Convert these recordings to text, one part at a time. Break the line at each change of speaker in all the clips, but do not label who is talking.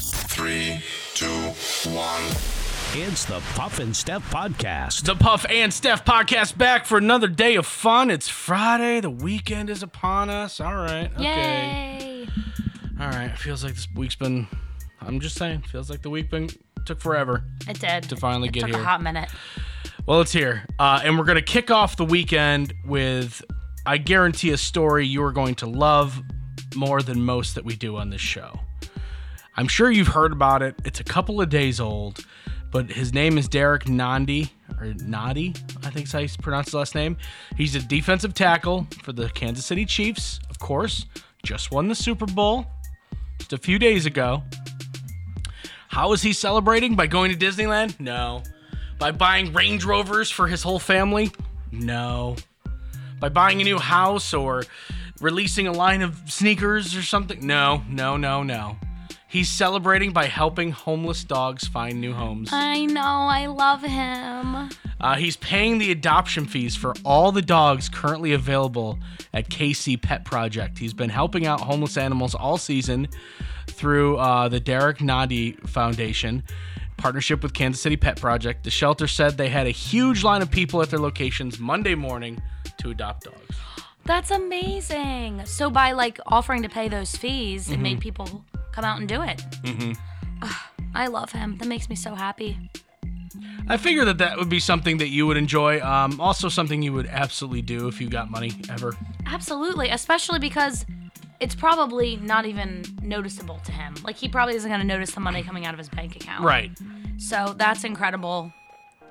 Three, two, one.
It's the Puff and Steph Podcast.
The Puff and Steph podcast back for another day of fun. It's Friday. The weekend is upon us. All right. Okay.
Yay!
All right. It feels like this week's been. I'm just saying. Feels like the week been took forever.
It did.
To finally
it
get
took
here.
a hot minute.
Well, it's here, uh, and we're gonna kick off the weekend with, I guarantee, a story you are going to love more than most that we do on this show. I'm sure you've heard about it. It's a couple of days old, but his name is Derek Nandi or Nadi, I think is how you pronounce his last name. He's a defensive tackle for the Kansas City Chiefs, of course. Just won the Super Bowl just a few days ago. How is he celebrating? By going to Disneyland? No. By buying Range Rovers for his whole family? No. By buying a new house or releasing a line of sneakers or something? No, no, no, no. He's celebrating by helping homeless dogs find new homes.
I know. I love him.
Uh, he's paying the adoption fees for all the dogs currently available at KC Pet Project. He's been helping out homeless animals all season through uh, the Derek Nadi Foundation partnership with Kansas City Pet Project. The shelter said they had a huge line of people at their locations Monday morning to adopt dogs.
That's amazing. So by like offering to pay those fees,
Mm-hmm.
it made people come out and do it. Mm-hmm. I love him. That makes me so happy.
I figure that that would be something that you would enjoy. Um, also, something you would absolutely do if you got money ever.
Absolutely, especially because it's probably not even noticeable to him. Like he probably isn't gonna notice the money coming out of his bank account.
Right.
So that's incredible.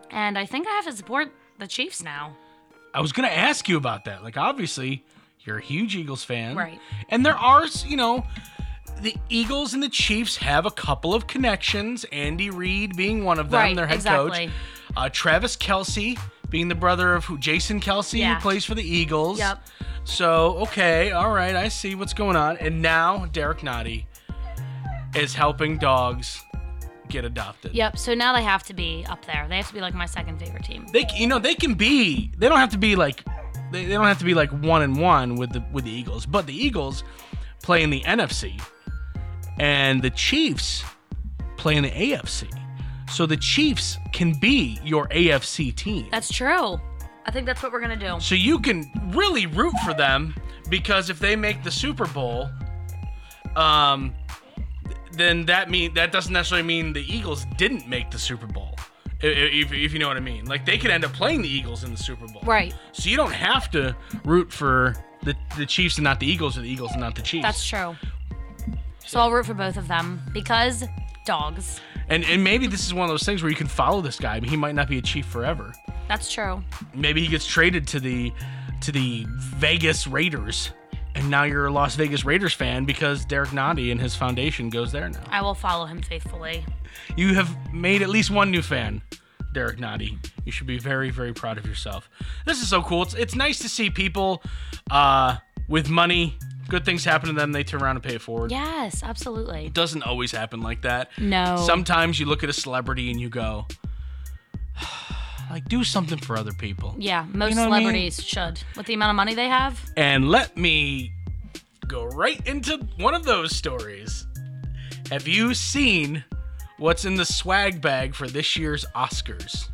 And I think I have to support the Chiefs now.
I was gonna ask you about that. Like, obviously, you're a huge Eagles fan,
Right.
And there are, you know, the Eagles and the Chiefs have a couple of connections. Andy Reid being one of them,
Right,
their head
exactly.
coach. Uh, Travis Kelsey being the brother of who, Jason Kelsey,
Yeah.
who plays for the Eagles.
Yep.
So okay, all right, I see what's going on. And now Derek Nottie is helping dogs get adopted.
Yep. So now they have to be up there. They have to be like my second favorite team.
they c- you know they can be they don't have to be like they, they don't have to be like one and one with the with the Eagles, but the Eagles play in the NFC and the Chiefs play in the AFC. So the Chiefs can be your AFC team.
That's true. I think that's what we're gonna do.
So you can really root for them because if they make the Super Bowl, um, then that mean that doesn't necessarily mean the Eagles didn't make the Super Bowl. i- i- If, if you know what I mean, like they could end up playing the Eagles in the Super Bowl,
Right.
So you don't have to root for the the Chiefs and not the Eagles, or the Eagles and not the Chiefs.
That's true. So I'll root for both of them because dogs.
and and maybe this is one of those things where you can follow this guy. He might not be a Chief forever.
That's true.
maybe he gets traded to the to the Vegas Raiders, and now you're a Las Vegas Raiders fan because Derek Nottie and his foundation goes there now.
I will follow him faithfully.
You have made at least one new fan, Derek Nottie. You should be very very proud of yourself. This is so cool. It's it's nice to see people uh, with money. Good things happen to them. They turn around and pay it forward.
Yes, absolutely.
Doesn't always happen like that.
No.
Sometimes you look at a celebrity and you go, like, do something for other people.
yeah, most
know what I mean?
celebrities should. With the amount of money they have,
And let me go right into one of those stories. Have you seen what's in the swag bag for this year's Oscars?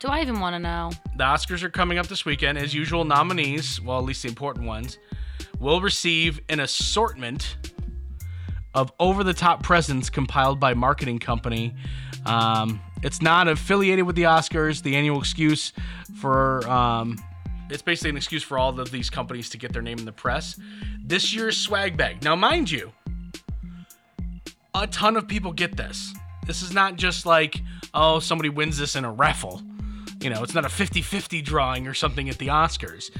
do I even want to know?
The Oscars are coming up this weekend. As usual, nominees, well, at least the important ones, will receive an assortment of over the top presents compiled by marketing company. Um, it's not affiliated with the Oscars, the annual excuse for. Um, it's basically an excuse for all of these companies to get their name in the press. This year's swag bag. Now, mind you, a ton of people get this. This is not just like, oh, somebody wins this in a raffle. You know, it's not a 50 50 drawing or something at the Oscars.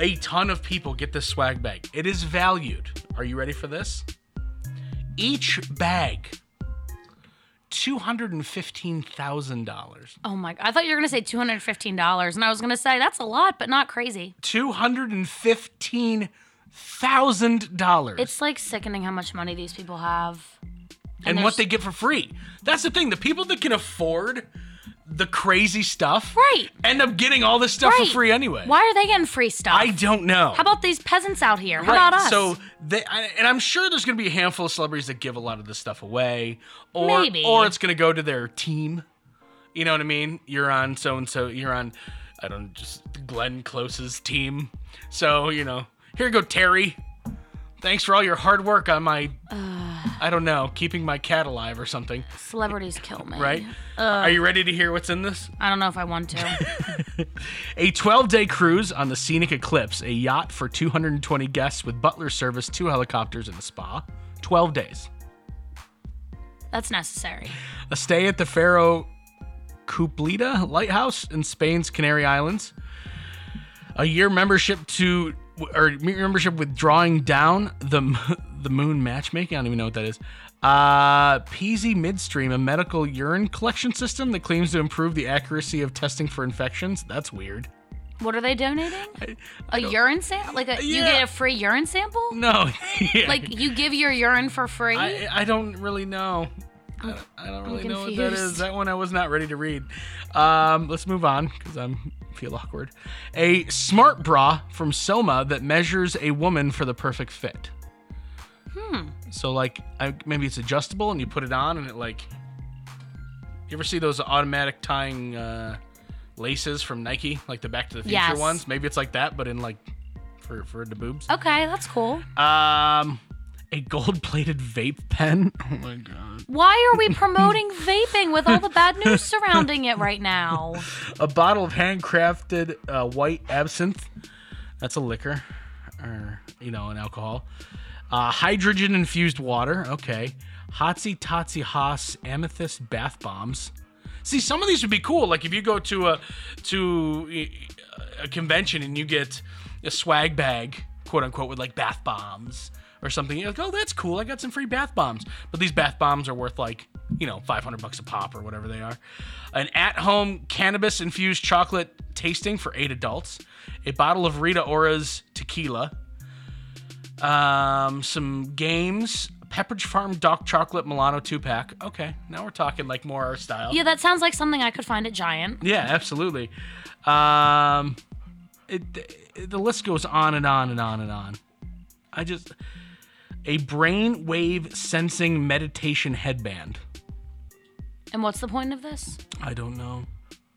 A ton of people get this swag bag. It is valued. Are you ready for this? Each bag, $215,000.
Oh my! I thought you were gonna say two hundred fifteen dollars, and I was gonna say that's a lot, but not crazy.
$215,000.
It's like sickening how much money these people have.
and
there's-
what they get for free. That's the thing. The people that can afford the crazy stuff
Right.
end up getting all this stuff
Right.
for free anyway.
Why are they getting free stuff?
I don't know.
How about these peasants out here? How
Right,
about us?
So they, I- and I'm sure there's going to be a handful of celebrities that give a lot of this stuff away, or
Maybe.
or it's going to go to their team. You know what I mean? You're on so and so. You're on, I don't just Glenn Close's team. So you know, here you go Terry. Thanks for all your hard work on my, I don't know, keeping my cat alive or something.
celebrities kill me.
Right? Are you ready to hear what's in this?
I don't know if I want to.
A 12 day cruise on the Scenic Eclipse, a yacht for 220 guests with butler service, two helicopters, and a spa. 12 days.
That's necessary.
A stay at the Faro Cuplita Lighthouse in Spain's Canary Islands. A year membership to, or membership with Drawing Down, the, m- the Moon Matchmaking. I don't even know what that is. Uh, PZ Midstream, a medical urine collection system that claims to improve the accuracy of testing for infections. That's weird.
What are they donating? A urine sample? Like a, you
Yeah.
get a free urine sample?
No. Yeah.
Like you give your urine for free?
I, I don't really know. I don't, I don't really know what that
confused.
is. That one I was not ready to read. Um, let's move on because I'm feel awkward. A smart bra from Soma that measures a woman for the perfect fit. Hmm. So like, I, maybe it's adjustable and you put it on and it like. You ever see those automatic tying uh, laces from Nike, like the Back to the Future
Yes.
ones? Maybe it's like that, but in like for for the boobs.
okay, that's cool.
Um, a gold-plated vape pen. Oh my god.
Why are we promoting vaping with all the bad news surrounding it right now?
A bottle of handcrafted uh, white absinthe. That's a liquor, or you know, an alcohol. Uh, hydrogen-infused water. Okay. Hotsy Totsy Haas amethyst bath bombs. See, some of these would be cool. Like if you go to a to a convention and you get a swag bag, quote unquote, with like bath bombs or something. You're like, oh, that's cool. I got some free bath bombs. But these bath bombs are worth like you know 500 bucks a pop or whatever they are. An at-home cannabis-infused chocolate tasting for eight adults. A bottle of Rita Ora's tequila. Um, some games. Pepperidge Farm Dark Chocolate Milano two pack. Okay, now we're talking like more our style.
Yeah, that sounds like something I could find at Giant.
Yeah, absolutely. Um, it, it- the list goes on and on and on and on. I just a brain wave sensing meditation headband.
And what's the point of this?
I don't know.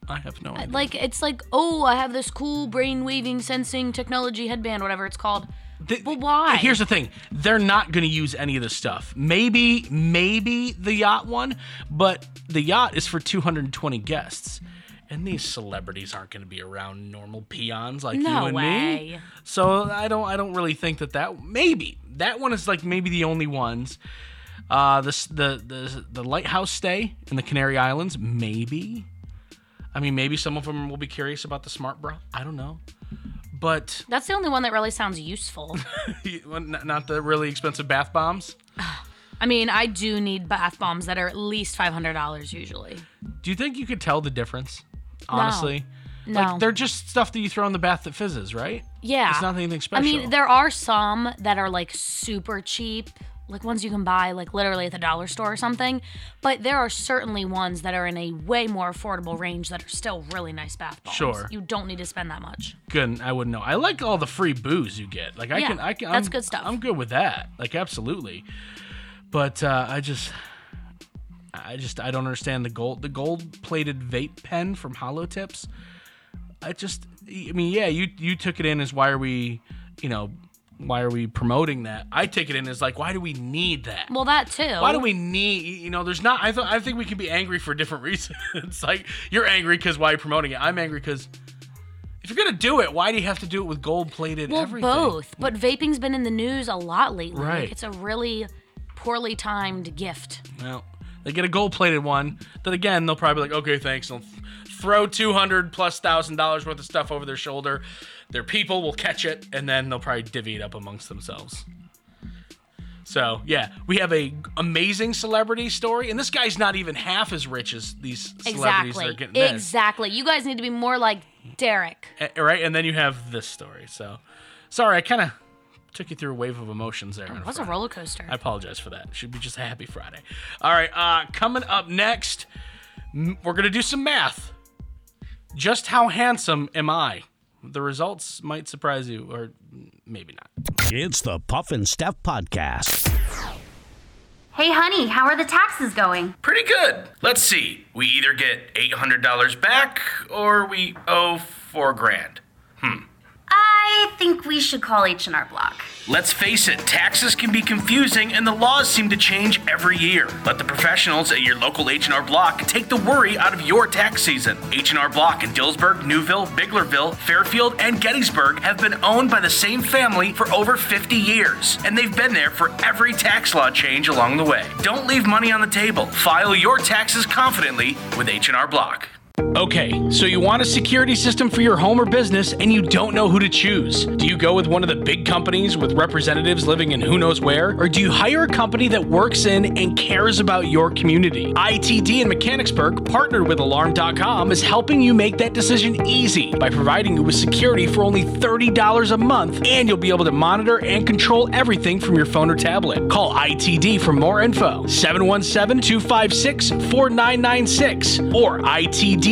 I have no idea.
Like it's like, oh, I have this cool brain waving sensing technology headband, whatever it's called.
Th-
well, why?
Here's the thing: they're not going to use any of this stuff. Maybe, maybe the yacht one, but the yacht is for 220 guests, and these celebrities aren't going to be around normal peons like you
No
and me.
way.
So I don't, I don't really think that that maybe that one is like maybe the only ones. Uh, this the the the lighthouse stay in the Canary Islands, maybe. I mean, maybe some of them will be curious about the smart bra. I don't know, but.
That's the only one that really sounds useful.
You- well, n- not the really expensive bath bombs.
I mean, I do need bath bombs that are at least five hundred dollars usually.
Do you think you could tell the difference? Honestly,
No.
like they're just stuff that you throw in the bath that fizzes, right?
yeah.
it's not anything
I
special.
mean, there are some that are like super cheap, like ones you can buy like literally at the dollar store or something. But there are certainly ones that are in a way more affordable range that are still really nice bath bombs.
Sure.
You don't need to spend that much.
good. I wouldn't know. I like all the free booze you get. Like I
Yeah,
can, I can.
that's
I'm-
good stuff.
I'm good with that. Like absolutely. But uh, I just, I just, I don't understand the gold, the gold plated vape pen from Holotips. I just, I mean, yeah, you you took it in as why are we, you know, why are we promoting that? I take it in as like why do we need that?
Well, that too.
Why do we need? You know, there's not. I th- I think we can be angry for different reasons. like you're angry because why are you promoting it? I'm angry because if you're gonna do it, why do you have to do it with gold plated?
Well,
everything?
both. But vaping's been in the news a lot lately. Like,
Right.
it's a really poorly timed gift.
Well, they get a gold plated one. Then again, they'll probably be like, okay, thanks. They'll th- throw two hundred plus thousand dollars worth of stuff over their shoulder. Their people will catch it, and then they'll probably divvy it up amongst themselves. So yeah, we have a g- amazing celebrity story, and this guy's not even half as rich as these celebrities that are
Exactly.
getting this.
Exactly. You guys need to be more like Derek.
A- right? And then you have this story. So, sorry, I kind of took you through a wave of emotions there.
It was a roller coaster.
I apologize for that. Should be just a happy Friday. All right, uh, coming up next, M- We're going to do some math. Just how handsome am I? The results might surprise you, or maybe not.
It's the Puff and Steph Podcast.
Hey, honey, how are the taxes going?
Pretty good. Let's see. We either get $800 back or we owe 4 grand.
I think we should call H&R Block.
Let's face it, taxes can be confusing and the laws seem to change every year. Let the professionals at your local H&R Block take the worry out of your tax season. H&R Block in Dillsburg, Newville, Biglerville, Fairfield, and Gettysburg have been owned by the same family for over 50 years, and they've been there for every tax law change along the way. Don't leave money on the table. File your taxes confidently with H&R Block.
Okay, so you want a security system for your home or business and you don't know who to choose. Do you go with one of the big companies with representatives living in who knows where? Or do you hire a company that works in and cares about your community? ITD in Mechanicsburg, partnered with Alarm.com, is helping you make that decision easy by providing you with security for only $30 a month and you'll be able to monitor and control everything from your phone or tablet. Call ITD for more info 717 256 4996 or ITDSSI.com.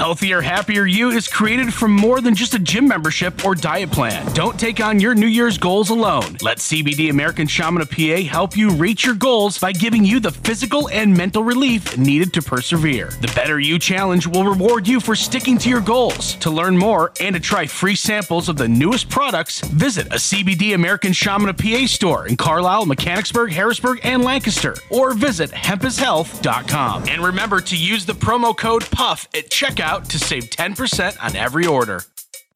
healthier, happier you is created from more than just a gym membership or diet plan. Don't take on your New Year's goals alone. Let CBD American Shaman of PA help you reach your goals by giving you the physical and mental relief needed to persevere. The Better You Challenge will reward you for sticking to your goals. To learn more and to try free samples of the newest products, visit a CBD American Shaman of PA store in Carlisle, Mechanicsburg, Harrisburg, and Lancaster, or visit hempishealth.com. And remember to use the promo code PUFF at checkout to save 10% on every order.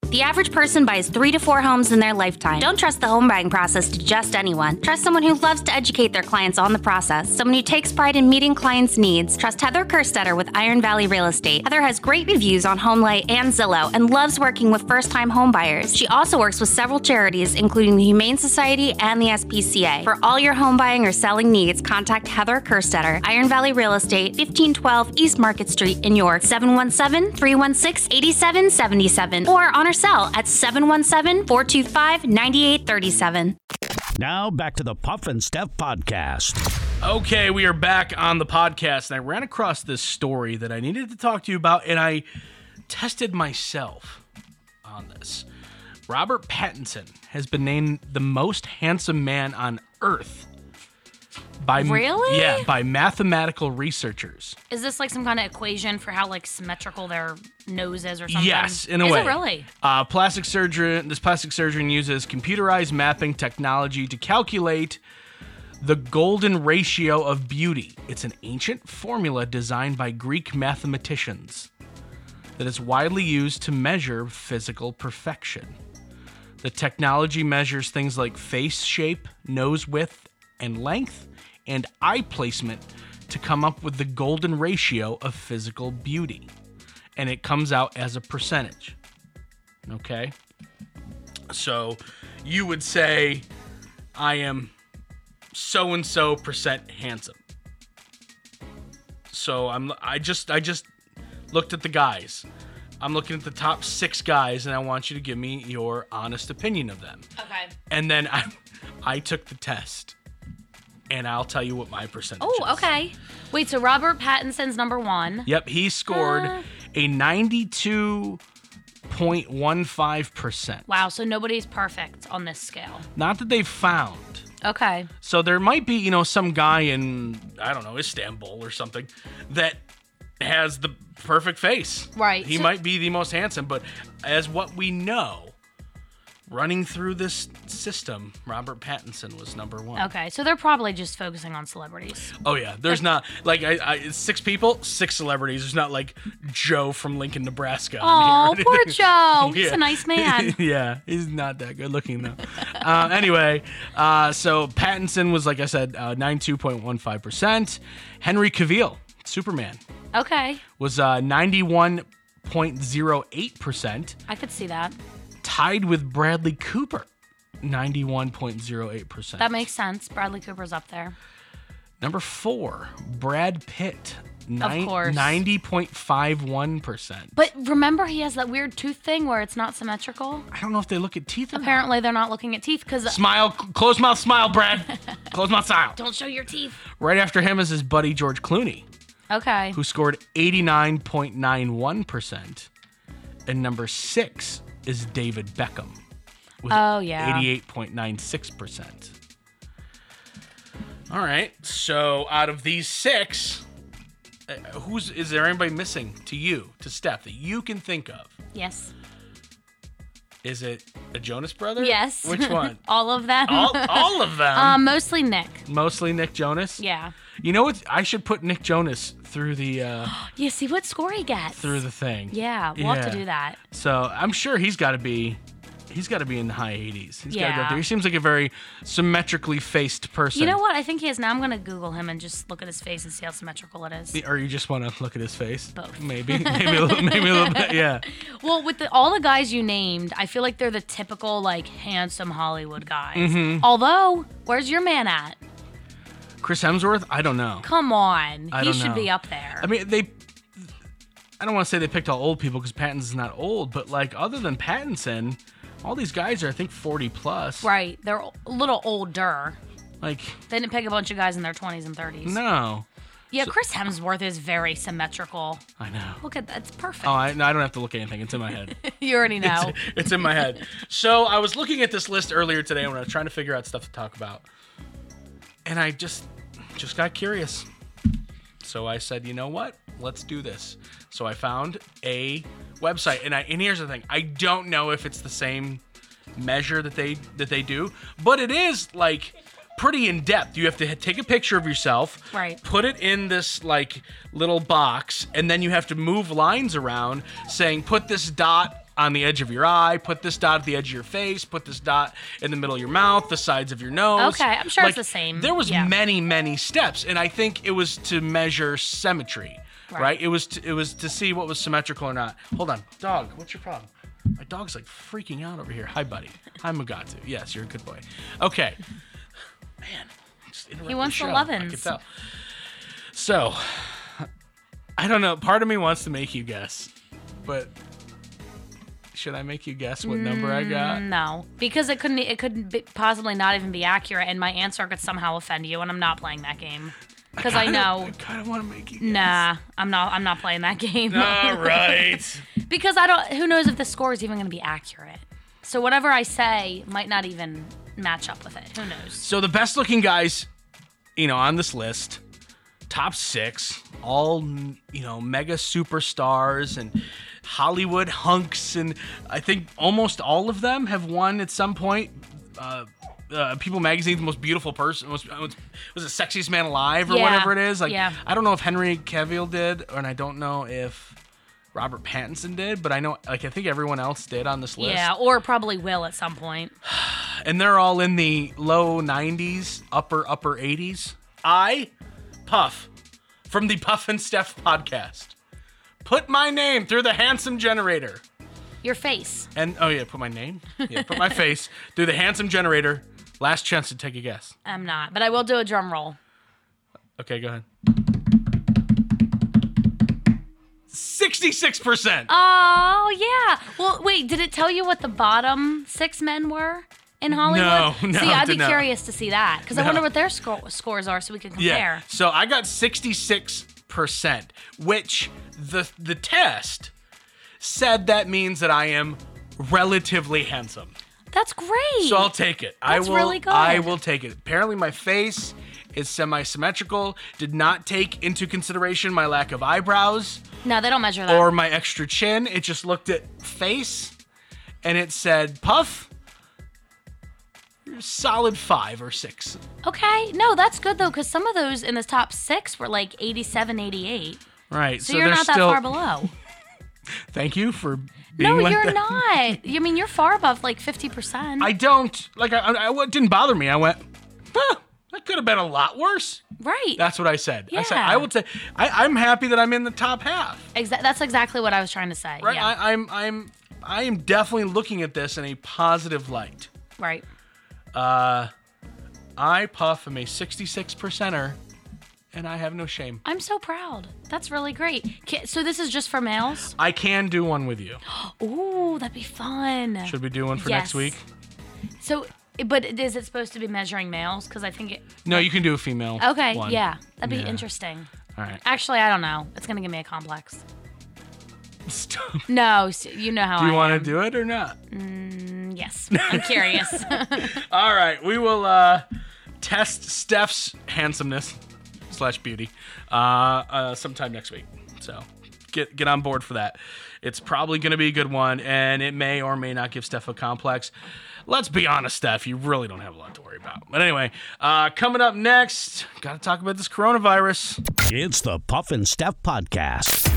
The average person buys three to four homes in their lifetime. Don't trust the home buying process to just anyone. Trust someone who loves to educate their clients on the process, someone who takes pride in meeting clients' needs. Trust Heather Kerstetter with Iron Valley Real Estate. Heather has great reviews on HomeLight and Zillow and loves working with first time home buyers. She also works with several charities, including the Humane Society and the SPCA. For all your home buying or selling needs, contact Heather Kerstetter, Iron Valley Real Estate, 1512 East Market Street in York, 717 316 8777, or on her cell at 717 425 9837.
Now back to the Puff and Steph Podcast.
Okay, we are back on the podcast, and I ran across this story that I needed to talk to you about, and I tested myself on this. Robert Pattinson has been named the most handsome man on Earth by
Really?
yeah by mathematical researchers.
Is this like some kind of equation for how like symmetrical their nose is or something?
Yes, in a
is
way.
It really?
Uh, plastic surgeon. This plastic surgeon uses computerized mapping technology to calculate the golden ratio of beauty. It's an ancient formula designed by Greek mathematicians that is widely used to measure physical perfection. The technology measures things like face shape, nose width and length, and eye placement to come up with the golden ratio of physical beauty. And it comes out as a percentage. Okay? So you would say, I am so and so percent handsome. So I'm I just I just looked at the guys. I'm looking at the top six guys and I want you to give me your honest opinion of them
Okay.
and then I, I took the test, and I'll tell you what my percentage.
Oh,
is.
okay. Wait, so Robert Pattinson's number one.
Yep, he scored
Uh.
a ninety-two point one five percent.
Wow, so nobody's perfect on this scale.
Not that they found.
Okay.
So there might be, you know, some guy in I don't know Istanbul or something that has the perfect face.
Right.
He
So-
might be the most handsome, but as what we know, running through this system, Robert Pattinson was number one.
Okay, so they're probably just focusing on celebrities.
Oh yeah, there's not like I, I it's six people, six celebrities. There's not like Joe from Lincoln, Nebraska.
Oh,
on here or
poor
anything.
Joe. He's
Yeah.
a nice man.
yeah, he's not that good looking though. uh, anyway, uh, so Pattinson was like I said, ninety-two point one five percent. Henry Cavill Superman
Okay.
was uh, 91.08%,
I could see that.
tied with Bradley Cooper, 91.08%.
That makes sense. Bradley Cooper's up there.
Number four, Brad Pitt,
Of course.
90.51%.
But remember, he has that weird tooth thing where it's not symmetrical.
I don't know if they look at teeth or not.
Apparently, they're not looking at teeth because
Smile, cl- close mouth smile, Brad. close mouth smile.
don't show your teeth.
Right after him is his buddy George Clooney,
Okay.
who scored 89.91%. And number six is David Beckham with
Oh, yeah.
88.96%. All right. So out of these six, uh, who's is there anybody missing to you, to Steph, that you can think of?
Yes.
Is it a Jonas brother?
Yes.
Which one?
all of them.
all, all of them.
um, mostly Nick.
Mostly Nick Jonas.
Yeah.
You know what? I should put Nick Jonas through the uh,
You see what score he gets.
through the thing.
yeah, we'll have to
Yeah.
do that.
So I'm sure he's got to be, he's got to be in the high 80s. He's got to be up
Yeah.
there. He seems like a very symmetrically faced person.
You know what? I think he is. Now I'm going to Google him and just look at his face and see how symmetrical it is.
Or you just want to look at his face?
Both.
Maybe, maybe, a little, maybe a little bit. Yeah.
Well, with the, all the guys you named, I feel like they're the typical, like, handsome Hollywood guys.
Mm-hmm.
Although, where's your man at?
Chris Hemsworth. I don't know.
Come on.
I
he
don't
should
know.
be up there.
I mean, they. I don't want to say they picked all old people because Pattinson's not old, but like other than Pattinson, all these guys are I think 40 plus.
right. They're a little older.
Like
They didn't pick a bunch of guys in their 20s and 30s.
no,
Yeah, Chris Hemsworth is very symmetrical.
I know.
Look at that. It's perfect.
Oh, I, no, I don't have to look at anything. It's in my head.
you already know.
it's in my head. So I was looking at this list earlier today when I was trying to figure out stuff to talk about, and I just just got curious. So I said, you know what? Let's do this. So I found a website, and I and here's the thing: I don't know if it's the same measure that they that they do, but it is like pretty in depth. You have to take a picture of yourself,
Right.
Put it in this like little box, and then you have to move lines around, saying, "Put this dot." On the edge of your eye, put this dot at the edge of your face, put this dot in the middle of your mouth, the sides of your nose.
Okay, I'm sure it's the same.
There was
Yeah.
many many steps and i think it was to measure symmetry right,
Right.
it was to, it was to see what was symmetrical or not hold on dog what's your problem my dog's like freaking out over here hi buddy hi mugatu yes you're a good boy okay man just interrupt
He wants
the
the
show. I can
lovin's.
tell. so i don't know part of me wants to make you guess but should i make you guess what number i got
No, because it couldn't. It couldn't be, possibly not even be accurate, and my answer could somehow offend you. And I'm not playing that game because I, know.
i kind of want to make you guess.
Nah, I'm not. I'm not playing that game.
all right
because I don't. Who knows if the score is even going to be accurate? So whatever I say might not even match up with it. Who knows?
So the best looking guys, you know, on this list, top six, all you know, mega superstars and Hollywood hunks, and I think almost all of them have won at some point. Uh, uh, People Magazine, the most beautiful person, most, most- was it sexiest man alive or
Yeah.
whatever it is. Like,
Yeah.
I don't know if Henry Cavill did, and I don't know if Robert Pattinson did, but I know, like, I think everyone else did on this list
Yeah, or probably will at some point.
and they're all in the low 90s, upper upper 80s. I, Puff, from the Puff and Steph podcast, put my name through the handsome generator.
Your face.
And oh yeah, put my name, yeah, put my face through the handsome generator. Last chance to take a guess.
I'm not, but I will do a drum roll.
Okay, go ahead. Sixty-six percent.
Oh yeah. Well, wait. Did it tell you what the bottom six men were in Hollywood?
No, no,
See,
it
I'd
did
be
not.
curious to see that because I
No.
wonder what their sco- scores are, so we can compare.
Yeah. So I got 66%, which the the test said that means that I am relatively handsome.
That's great.
So I'll take it. I
That's
will
really good.
I will take it. Apparently my face is semi-symmetrical, did not take into consideration my lack of eyebrows
no, they don't measure that.
or my extra chin. It just looked at face and it said, "Puff, you're a solid 5 or 6."
okay. No, that's good though, because some of those in the top six were like 87, 88.
Right.
So, you're
they're
not that
still
far below.
Thank you for being
no,
like
you're
that.
not. I mean, you're far above like 50%.
I don't like. I, I, it didn't bother me. I went, huh, that could have been a lot worse.
Right.
That's what I said. I said
Yeah.
I would say I, I'm happy that I'm in the top half.
Exa- that's exactly what I was trying to say.
Right?
Yeah.
I, I'm I'm I am definitely looking at this in a positive light.
right.
I puff am a 66 percenter, and I have no shame.
I'm so proud. That's really great. Ki- So this is just for males?
I can do one with you.
Ooh, that'd be fun.
Should we do one for next
Yes.
week?
So, but is it supposed to be measuring males? Because I think it.
No, you can do a female.
Okay,
one.
yeah, that'd be
Yeah.
interesting.
All right.
Actually, I don't know. It's gonna give me a complex.
Stop.
No, s- you know how
Do you
I
want
am.
to do it or not?
Yes, I'm curious.
All right, we will uh, test Steph's handsomeness slash beauty uh, uh, sometime next week. So get get on board for that. It's probably going to be a good one, and it may or may not give Steph a complex. Let's be honest, Steph, you really don't have a lot to worry about. But anyway, uh, coming up next, got to talk about this coronavirus.
It's the Puff and Steph Podcast.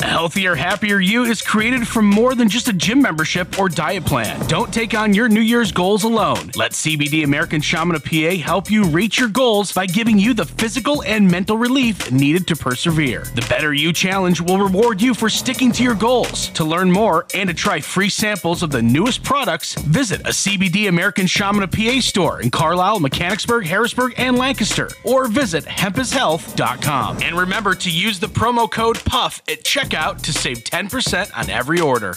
A Healthier, Happier You is created from more than just a gym membership or diet plan. Don't take on your New Year's goals alone. Let CBD American Shaman of PA help you reach your goals by giving you the physical and mental relief needed to persevere. The Better You Challenge will reward you for sticking to your goals. To learn more and to try free samples of the newest products, visit a CBD American Shaman of PA store in Carlisle, Mechanicsburg, Harrisburg, and Lancaster, or visit hempishealth.com. And remember to use the promo code PUFF at checkout to save 10% on every order.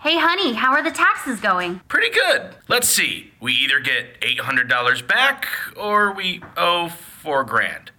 Hey, honey, how are the taxes going?
Pretty good. Let's see. We either get $800 back or we owe four grand.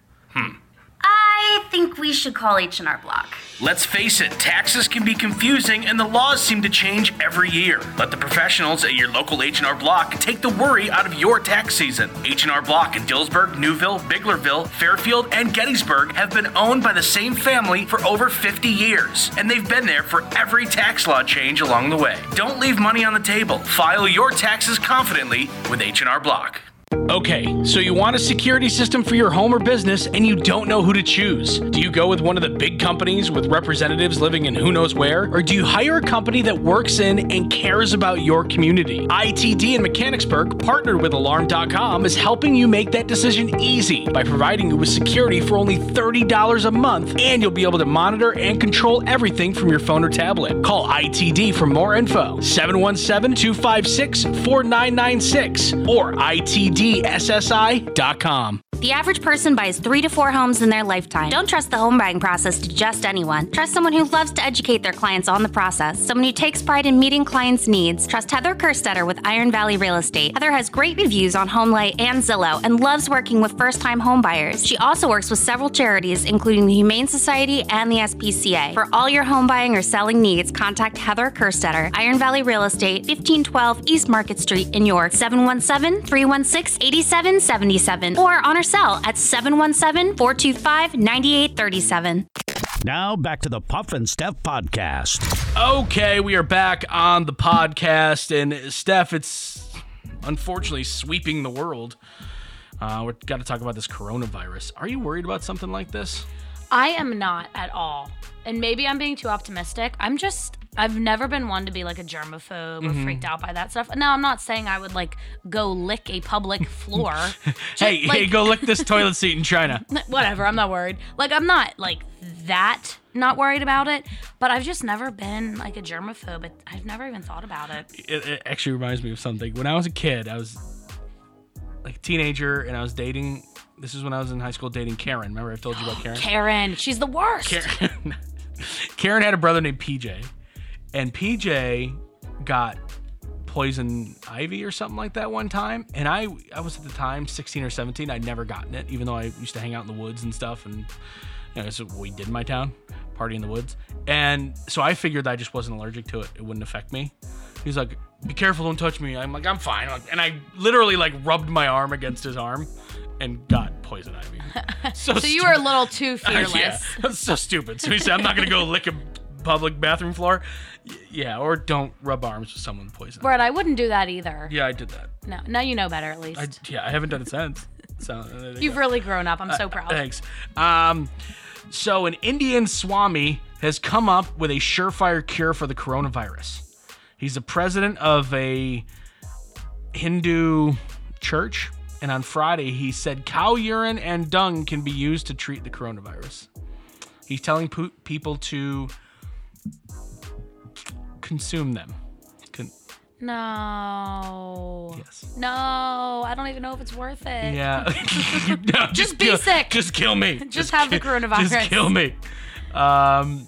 I think we should call H&R Block.
Let's face it, taxes can be confusing and the laws seem to change every year. Let the professionals at your local H&R Block take the worry out of your tax season. H&R Block in Dillsburg, Newville, Biglerville, Fairfield, and Gettysburg have been owned by the same family for over 50 years, and they've been there for every tax law change along the way. Don't leave money on the table. File your taxes confidently with H&R Block.
Okay, so you want a security system for your home or business and you don't know who to choose. Do you go with one of the big companies with representatives living in who knows where? Or do you hire a company that works in and cares about your community? ITD in Mechanicsburg, partnered with Alarm.com, is helping you make that decision easy by providing you with security for only $30 a month and you'll be able to monitor and control everything from your phone or tablet. Call ITD for more info 717 256 4996 or ITDSSI.com.
The average person buys three to four homes in their lifetime. Don't trust the home buying process to just anyone. Trust someone who loves to educate their clients on the process, someone who takes pride in meeting clients' needs. Trust Heather Kerstetter with Iron Valley Real Estate. Heather has great reviews on HomeLight and Zillow and loves working with first time home buyers. She also works with several charities, including the Humane Society and the SPCA. For all your home buying or selling needs, contact Heather Kerstetter, Iron Valley Real Estate, 1512 East Market Street in York, 717 316 8777, or on her cell at 717 425 9837.
Now back to the Puff and Steph Podcast.
Okay, we are back on the podcast, and Steph, it's unfortunately sweeping the world. Uh, we've got to talk about this coronavirus. Are you worried about something like this?
I am not at all. And maybe I'm being too optimistic. I'm just I've never been one to be like a germaphobe
Mm-hmm.
or freaked out by that stuff. Now I'm not saying I would like go lick a public floor. Just,
Hey, hey,
like,
go lick this toilet seat in China.
whatever, I'm not worried. Like I'm not like that not worried about it, but I've just never been like a germaphobe. It- I've never even thought about it.
it, it actually reminds me of something. When I was a kid, I was like a teenager and I was dating. This is when I was in high school dating Karen. Remember I told you about Karen?
Karen, she's the worst.
Karen. Karen had a brother named PJ, and PJ got poison ivy or something like that one time. And I, I was at the time 16 or 17. I'd never gotten it, even though I used to hang out in the woods and stuff. And you know, that's what we did in my town, party in the woods. And so I figured I just wasn't allergic to it. It wouldn't affect me. He's like, "Be careful, don't touch me." I'm like, "I'm fine," Like, and I literally like rubbed my arm against his arm, and got poison ivy. So,
So you were a little too fearless.
yeah, that's so stupid. So he said, "I'm not gonna go lick a public bathroom floor." Y- yeah, or don't rub arms with someone with poison. ivy.
Brett, I wouldn't do that either.
Yeah, I did that.
No, now you know better at least.
I, yeah, I haven't done it since. So uh, there you
You've
go.
really grown up. I'm so proud.
Thanks. Um, so an Indian Swami has come up with a surefire cure for the coronavirus. He's the president of a Hindu church, and on Friday he said cow urine and dung can be used to treat the coronavirus. He's telling po- people to consume them. Con-
No.
Yes.
No, I don't even know if it's worth it.
Yeah. No, just,
be
kill-
sick.
Just kill me. Just,
have the
ki-
coronavirus.
Just kill me. Um,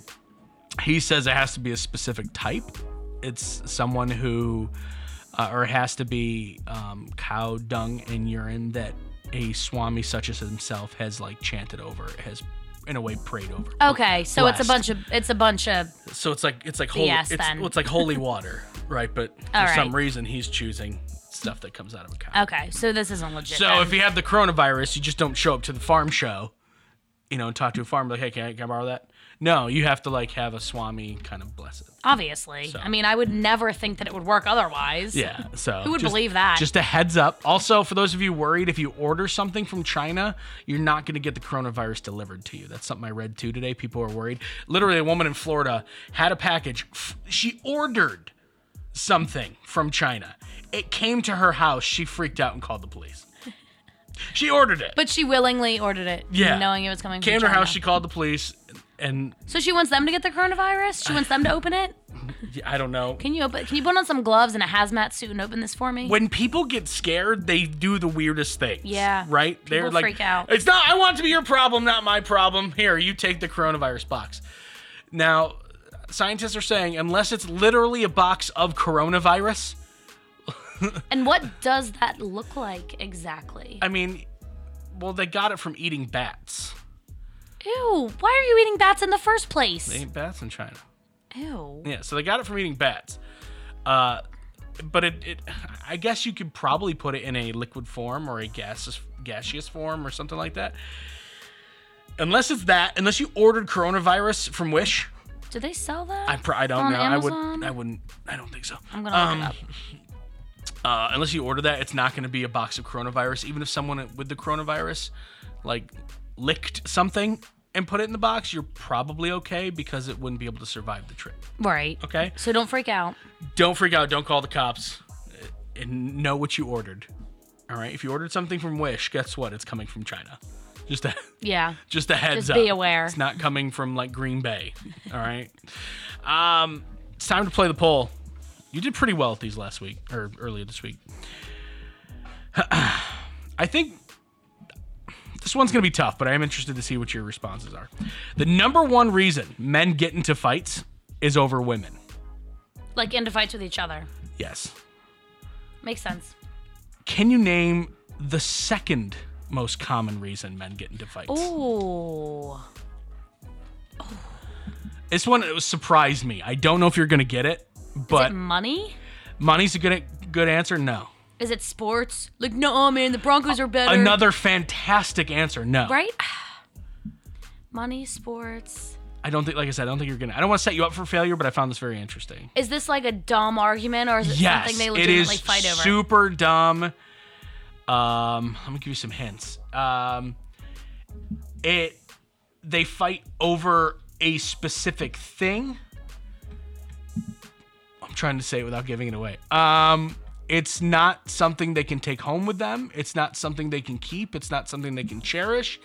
he says it has to be a specific type. It's someone who, uh, or it has to be um, cow dung and urine that a swami such as himself has like chanted over, has in a way prayed over.
Okay, so it's
Blessed.
a bunch of it's a bunch of
So it's like it's like holy,
BS
it's,
then.
well, it's like holy water, right? But for
All right.
some reason he's choosing stuff that comes out of a cow.
okay. So this isn't legit.
So
then.
if you have the coronavirus, you just don't show up to the farm show, you know, and talk to a farmer like, hey, can I, can I borrow that? No, you have to like have a swami kind of bless it.
obviously, I mean, I would never think that it would work otherwise.
Yeah, so
Who would
just-
believe that?
Just a heads up. Also, for those of you worried, if you order something from China, you're not going to get the coronavirus delivered to you. That's something I read too today. People are worried. Literally, a woman in Florida had a package. F- She ordered something from China. It came to her house. She freaked out and called the police. She ordered it.
But she willingly ordered it,
Yeah.
knowing it was coming.
came to
from
her house. She
China.
called the police, and
so she wants them to get the coronavirus. She wants them to open it.
I don't know.
Can you open? Can you put on some gloves and a hazmat suit and open this for me?
When people get scared, they do the weirdest things.
Yeah.
Right? They're
People
like,
freak out.
it's not, I want it to be your problem, not my problem. Here, you take the coronavirus box. Now, scientists are saying, unless it's literally a box of coronavirus,
And what does that look like exactly?
I mean, well, they got it from eating bats.
Ew! Why are you eating bats in the first place?
They eat bats in China.
Ew.
Yeah, so they got it from eating bats. Uh, but it, it, I guess you could probably put it in a liquid form or a gaseous, gaseous form or something like that. Unless it's that, unless you ordered coronavirus from Wish,
Do they sell that?
I, Um, pr- I don't
On
know. I
Amazon?
would, I wouldn't, I don't think so.
I'm gonna look it up.
Uh, unless you order that, it's not going to be a box of coronavirus. Even if someone with the coronavirus, like, licked something and put it in the box, you're probably okay because it wouldn't be able to survive the trip.
Right.
Okay.
So don't freak out.
don't freak out. Don't call the cops. Uh, And know what you ordered. All right. If you ordered something from Wish, guess what? It's coming from China. Just a
Yeah.
just a heads
Just
up.
be aware.
It's not coming from like Green Bay. All right. um, it's time to play the poll. You did pretty well at these last week or earlier this week. I think this one's gonna be tough, but I am interested to see what your responses are. The number one reason men get into fights is over women.
Like into fights with each other.
Yes.
Makes sense.
Can you name the second most common reason men get into fights?
Ooh.
This one it was- surprised me. I don't know if you're gonna get it,
Is
but
it money?
money's a good good answer. No,
Is it sports? Like, no, oh, man, the Broncos are better.
another fantastic answer. No,
Right? money, sports.
I don't think. Like I said, I don't think you're gonna. I don't want to set you up for failure, but I found this very interesting.
Is this like a dumb argument or is it
Yes,
something they
it
legitimately
is
fight over?
super dumb. Um, let me give you some hints. Um, it they fight over a specific thing. I'm trying to say it without giving it away. Um, it's not something they can take home with them. It's not something they can keep. It's not something they can cherish.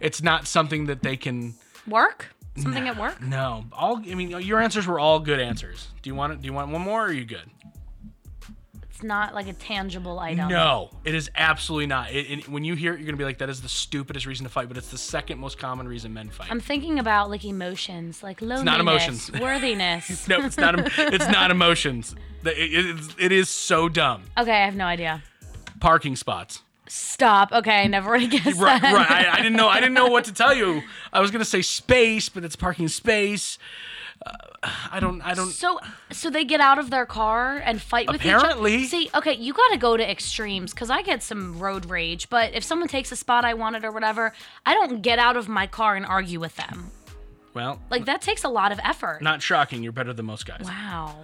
It's not something that they can.
work? Something at work?
No, all. I mean, your answers were all good answers. Do you want it? Do you want one more? Or are you good?
It's not like a tangible item.
No, it is absolutely not. It, it- when you hear it, you're gonna be like, "That is the stupidest reason to fight," but it's the second most common reason men fight.
I'm thinking about like emotions, like loneliness,
not emotions.
worthiness.
no, it's not. em- It's not emotions. The- it- it is- it is so dumb.
Okay, I have no idea.
Parking spots.
Stop. Okay, I never would have guessed
Right,
that.
right. I, I didn't know. I didn't know what to tell you. I was gonna say space, but it's parking space. I don't. I don't.
So, so they get out of their car and fight with
Apparently.
each other. See, okay, you got to go to extremes because I get some road rage. But if someone takes a spot I wanted or whatever, I don't get out of my car and argue with them.
Well,
Like that takes a lot of effort.
not shocking. You're better than most guys.
wow,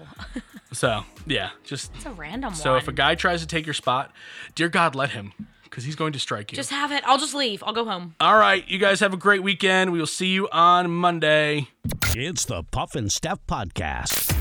So yeah, just
it's a random
so
one.
if a guy tries to take your spot, dear God, let him, because he's going to strike you.
just have it. I'll just leave. I'll go home.
All right, you guys have a great weekend. We will see you on Monday.
It's the Puff and Steph Podcast.